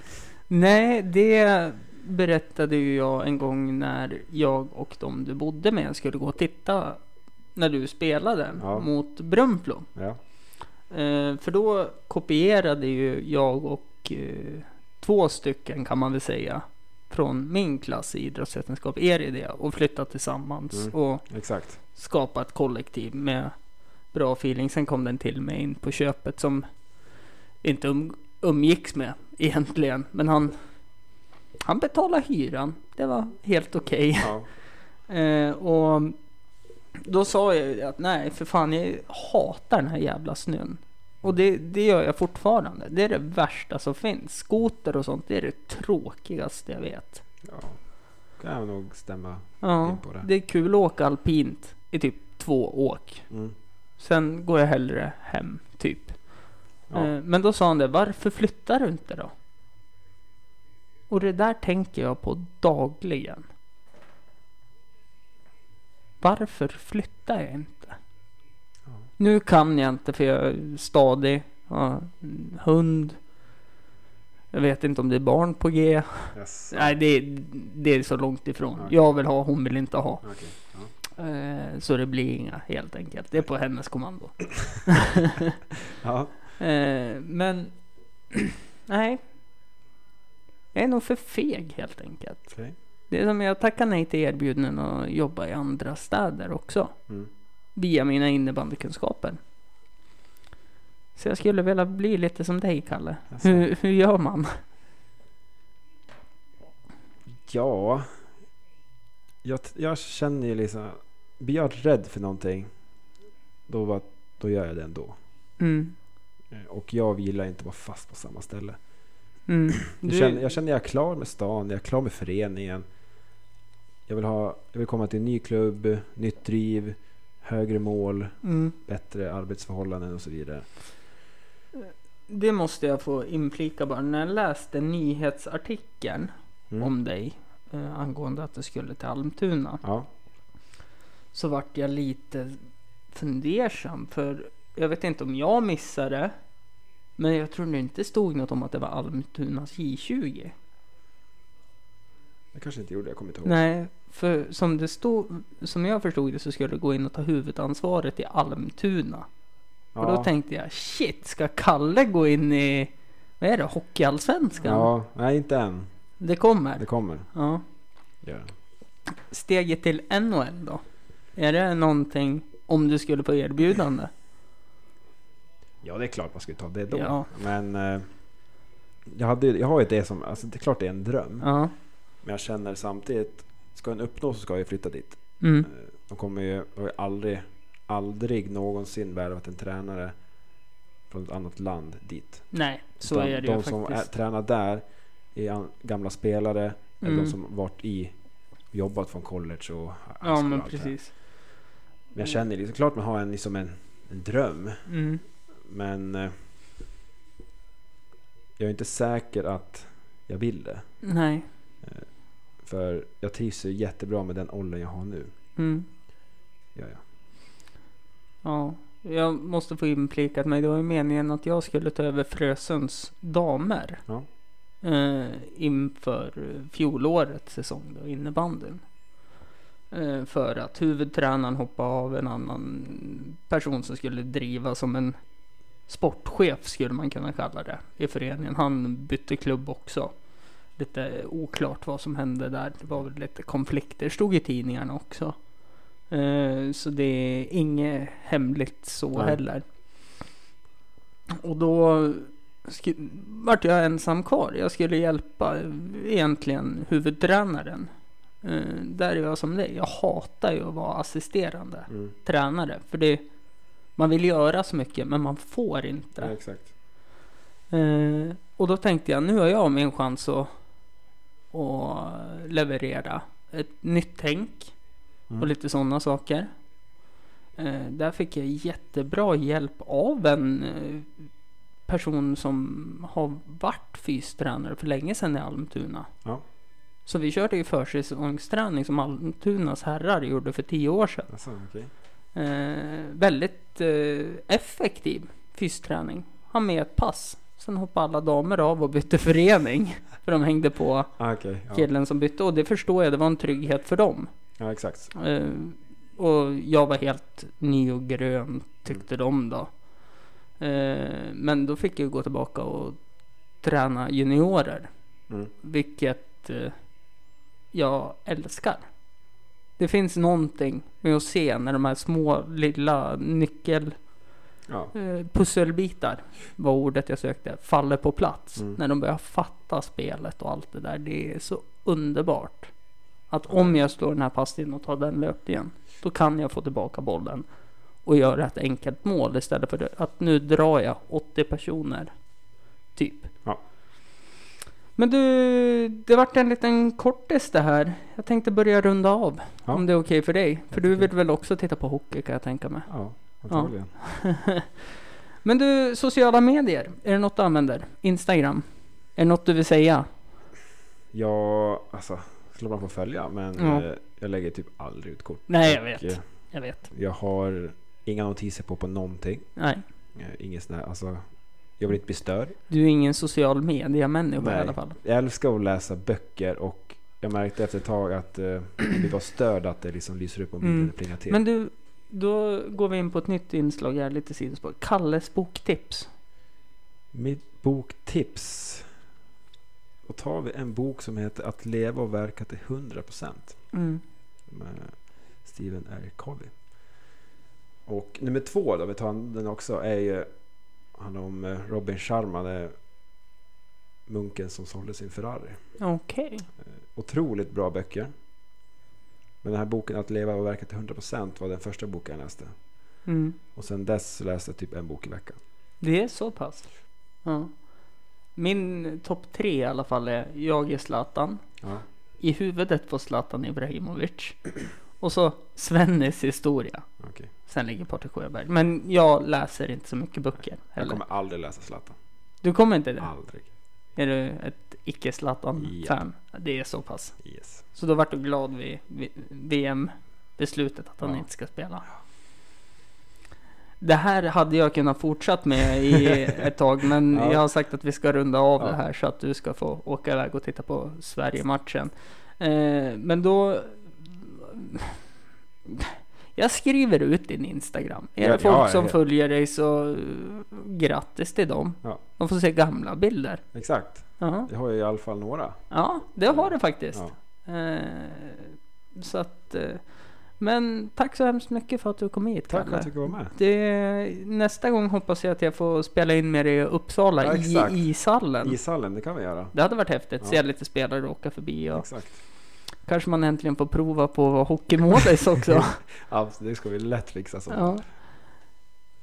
A: Nej, det berättade ju jag en gång när jag och de du bodde med skulle gå och titta när du spelade
B: Ja.
A: mot Brunflo.
B: Ja,
A: Eh, för då kopierade ju jag och eh, två stycken kan man väl säga från min klass i idrottsvetenskap er idé och flyttade tillsammans
B: Mm.
A: och
B: exakt.
A: skapa ett kollektiv med bra feeling. Sen kom den till mig in på köpet som inte um, umgicks med egentligen. Men han, han betalade hyran. Det var helt okej.
B: Ja.
A: Eh, och då sa jag ju det att nej för fan jag hatar den här jävla snön. Och det, det gör jag fortfarande. Det är det värsta som finns. Skoter och sånt det är det tråkigaste jag vet.
B: ja. Kan jag nog stämma
A: Ja,
B: in på det.
A: det är kul att åka alpint i typ två åk.
B: Mm.
A: Sen går jag hellre hem, typ.
B: Ja.
A: Eh, Men då sa han det, varför flyttar du inte då? Och det där tänker jag på dagligen. Varför flyttar jag inte?
B: Ja.
A: Nu kan jag inte för jag är stadig, har en hund. Jag vet inte om det är barn på G.
B: Yes.
A: Nej, det är, det är så långt ifrån.
B: Okej.
A: Jag vill ha, hon vill inte ha.
B: Okej, ja.
A: Eh, Så det blir inga helt enkelt. Det är på hennes kommando.
B: ja.
A: Eh, men nej. Jag är nog för feg helt enkelt.
B: Okej.
A: Det är som jag tackar nej till erbjuden att jobba i andra städer också.
B: Mm.
A: Via mina innebandykunskaper. Så jag skulle vilja bli lite som dig Kalle.
B: Jaså.
A: Hur, hur gör man?
B: Ja, jag, t- jag känner ju liksom, blir jag rädd för någonting, då, bara, då gör jag det ändå.
A: Mm.
B: Eh, Och jag gillar inte att vara fast på samma ställe.
A: Mm.
B: Jag
A: Du-
B: känner, jag känner jag är klar med stan, jag är klar med föreningen. Jag vill, ha, jag vill komma till en ny klubb, nytt driv, högre mål,
A: Mm.
B: bättre arbetsförhållanden och så vidare.
A: Det måste jag få inflika bara. När jag läste nyhetsartikeln
B: Mm.
A: om dig eh, angående att du skulle till Almtuna.
B: Ja,
A: så vart jag lite fundersam för jag vet inte om jag missade men jag tror det inte stod något om att det var Almtunas J20.
B: jag kanske inte gjorde, jag kommer inte ihåg.
A: Nej, för som det stod, som jag förstod det så skulle det gå in och ta huvudansvaret i Almtuna.
B: ja,
A: Och då tänkte jag shit, ska Kalle gå in i, vad är det, Hockeyallsvenskan?
B: ja, nej inte än.
A: Det kommer.
B: Det kommer.
A: Ja.
B: Ja.
A: Steget till NHL då? Är det någonting, om du skulle få erbjudande?
B: Mm. Ja, det är klart man skulle ta det då.
A: Ja.
B: Men eh, jag, hade, ju- jag har ju det som, alltså det är klart det är en dröm.
A: Ja.
B: Men jag känner samtidigt, ska den uppnås så ska jag ju flytta dit.
A: Mm.
B: Eh, De kommer ju, de har ju aldrig, aldrig någonsin värvat en tränare från ett annat land dit.
A: Nej, så
B: Utan
A: är det
B: de
A: ju
B: som
A: faktiskt.
B: är, tränar där är an- gamla spelare, eller
A: Mm.
B: de som varit i, jobbat från college och high
A: Ja
B: school
A: men
B: och allt det här.
A: precis.
B: Men jag känner liksom, klart man har en, liksom en, en dröm.
A: Mm.
B: Men eh, jag är inte säker att jag vill det.
A: Nej.
B: För jag trivs ju jättebra med den åldern jag har nu.
A: Mm.
B: Gör jag.
A: Ja. Jag måste få inplikat mig. Det var ju meningen att jag skulle ta över Frösunds damer.
B: Ja.
A: Eh, inför eh, fjolårets säsong då, innebandyn. Eh, för att huvudtränaren hoppade av en annan person som skulle driva som en sportchef skulle man kunna kalla det i föreningen. Han bytte klubb också. Lite oklart vad som hände där. Det var väl lite konflikter, stod i tidningarna också. Eh, Så det är inget hemligt så
B: Nej.
A: heller. Och då sk- vart jag ensam kvar. Jag skulle hjälpa eh, egentligen huvudtränaren. Eh, Där är jag som dig. Jag hatar ju att vara assisterande
B: Mm.
A: tränare. För det, man vill göra så mycket men man får inte.
B: Ja, exakt.
A: Eh, och då tänkte jag, nu har jag min chans att, att leverera ett nytt tänk
B: Mm.
A: och lite sådana saker. Eh, där fick jag jättebra hjälp av en eh, person som har varit fystränare för länge sedan i Almtuna.
B: Ja.
A: Så vi körde ju försäsongsträning som Almtunas herrar gjorde för tio år sedan.
B: Alltså, okej.
A: Eh, väldigt eh, effektiv fysträning. Han med ett pass. Sen hoppade alla damer av och bytte förening. För de hängde på
B: Ah, okej, ja.
A: killen som bytte. Och det förstår jag, det var en trygghet för dem.
B: ja, exakt.
A: Eh, och jag var helt ny och grön tyckte de då. Eh, men då fick jag ju gå tillbaka och träna juniorer.
B: Mm.
A: Vilket eh, jag älskar. Det finns någonting med att se när de här små lilla nyckel
B: Ja.
A: eh, pusselbitar var ordet jag sökte faller på plats.
B: Mm.
A: När de börjar fatta spelet och allt det där. Det är så underbart. Att om jag slår den här passningen och tar den löpt igen. Då kan jag få tillbaka bollen. Och göra ett enkelt mål istället för det- att nu drar jag 80 personer. Typ.
B: Ja.
A: Men du, det vart en liten kortis det här. Jag tänkte börja runda av.
B: Ja.
A: Om det är okej för dig. För du
B: Jättekul.
A: vill väl också titta på hockey kan jag tänka mig.
B: ja, antagligen.
A: Men du, sociala medier. Är det något du använder? Instagram? Är det något du vill säga?
B: Ja, alltså, skulle man få följa. Men
A: Ja.
B: eh, jag lägger typ aldrig ut kort.
A: Nej, jag
B: Och,
A: vet.
B: eh,
A: Jag vet.
B: Jag har inga notiser på på någonting.
A: Nej.
B: Eh, Ingen sån här, alltså, jag vill inte bli störd.
A: Du är ingen social media-människa i
B: Nej.
A: alla fall.
B: Jag älskar att läsa böcker och jag märkte efter ett tag att eh, jag blir bara störd att det liksom lyser upp om bilden
A: Mm.
B: och plingar till.
A: Men du, då går vi in på ett nytt inslag här, lite sidospår. Kalles boktips.
B: Mitt boktips. Då tar vi en bok som heter Att leva och verka till 100%
A: Mm.
B: med Stephen R. Covey. Och nummer två då, vi tar den också, är ju han om eh, Robin Sharma. Det är Munken som sålde sin Ferrari.
A: Okej.
B: Otroligt bra böcker. Men den här boken Att leva och verka till 100% var den första boken jag läste.
A: Mm.
B: Och sen dess så läste jag typ en bok i veckan.
A: Det är så pass. Ja. Min topp tre i alla fall är Jag är Zlatan.
B: Ja.
A: I huvudet på Zlatan Ibrahimovic. Och så Svennis historia.
B: Okej.
A: Sen ligger Patrik Sjöberg. Men jag läser inte så mycket böcker
B: Jag
A: heller.
B: kommer aldrig läsa Zlatan.
A: Du kommer inte det?
B: Aldrig.
A: Är du ett icke Zlatan-fan? Det är så pass.
B: Yes.
A: Så då vart du glad vid, vid VM-beslutet att han
B: Ja.
A: inte ska spela. Det här hade jag kunnat fortsatt med i ett tag men
B: Ja.
A: jag har sagt att vi ska runda av
B: Ja.
A: det här så att du ska få åka iväg och titta på Sverige-matchen. Eh, men då... Jag skriver ut din Instagram. Är
B: Ja,
A: det folk
B: ja,
A: som
B: ja.
A: följer dig så eh, grattis till dem.
B: Ja.
A: De får se gamla bilder.
B: Exakt.
A: Ja,
B: Jag har ju i alla fall några.
A: ja det har du faktiskt.
B: Ja.
A: Eh, så att, eh, men tack så hemskt mycket för att du kom hit
B: Tack för
A: Kalle.
B: att du kom med.
A: Det, nästa gång hoppas jag att jag får spela in med dig i Uppsala
B: Ja, exakt.
A: i ishallen.
B: Ishallen, det kan vi göra.
A: Det hade varit häftigt,
B: Ja.
A: se lite spelare åka förbi och
B: Exakt.
A: kanske man äntligen får prova på att vara hockeymålis också.
B: Ja, det ska vi lätt fixa. Så.
A: ja.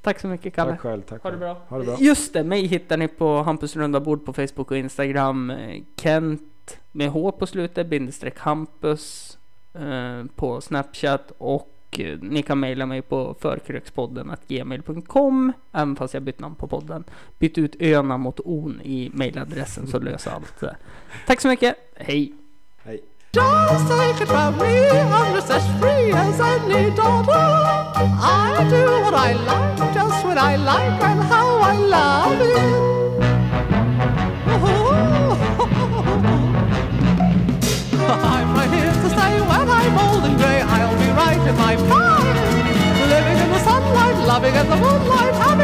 A: Tack så mycket Kalle.
B: tack själv. Tack
A: Ha det
B: själv.
A: bra.
B: Ha det bra.
A: Just det, mig hittar ni på Hampus runda bord på Facebook och Instagram. Eh, Kent med H på slutet, bindestreck Hampus eh, på Snapchat och eh, ni kan mejla mig på förkrökspodden att gmail.com även fast jag bytt namn på podden. Bytt ut öna mot on i mejladressen så löser allt det. Tack så mycket, hej!
B: Hej.
C: Just take it from me, I'm just as free as any daughter. I do what I like, just when I like, and how I love it. I'm right here to say when I'm old and grey, I'll be right in my prime. Living in the sunlight, loving in the moonlight, happy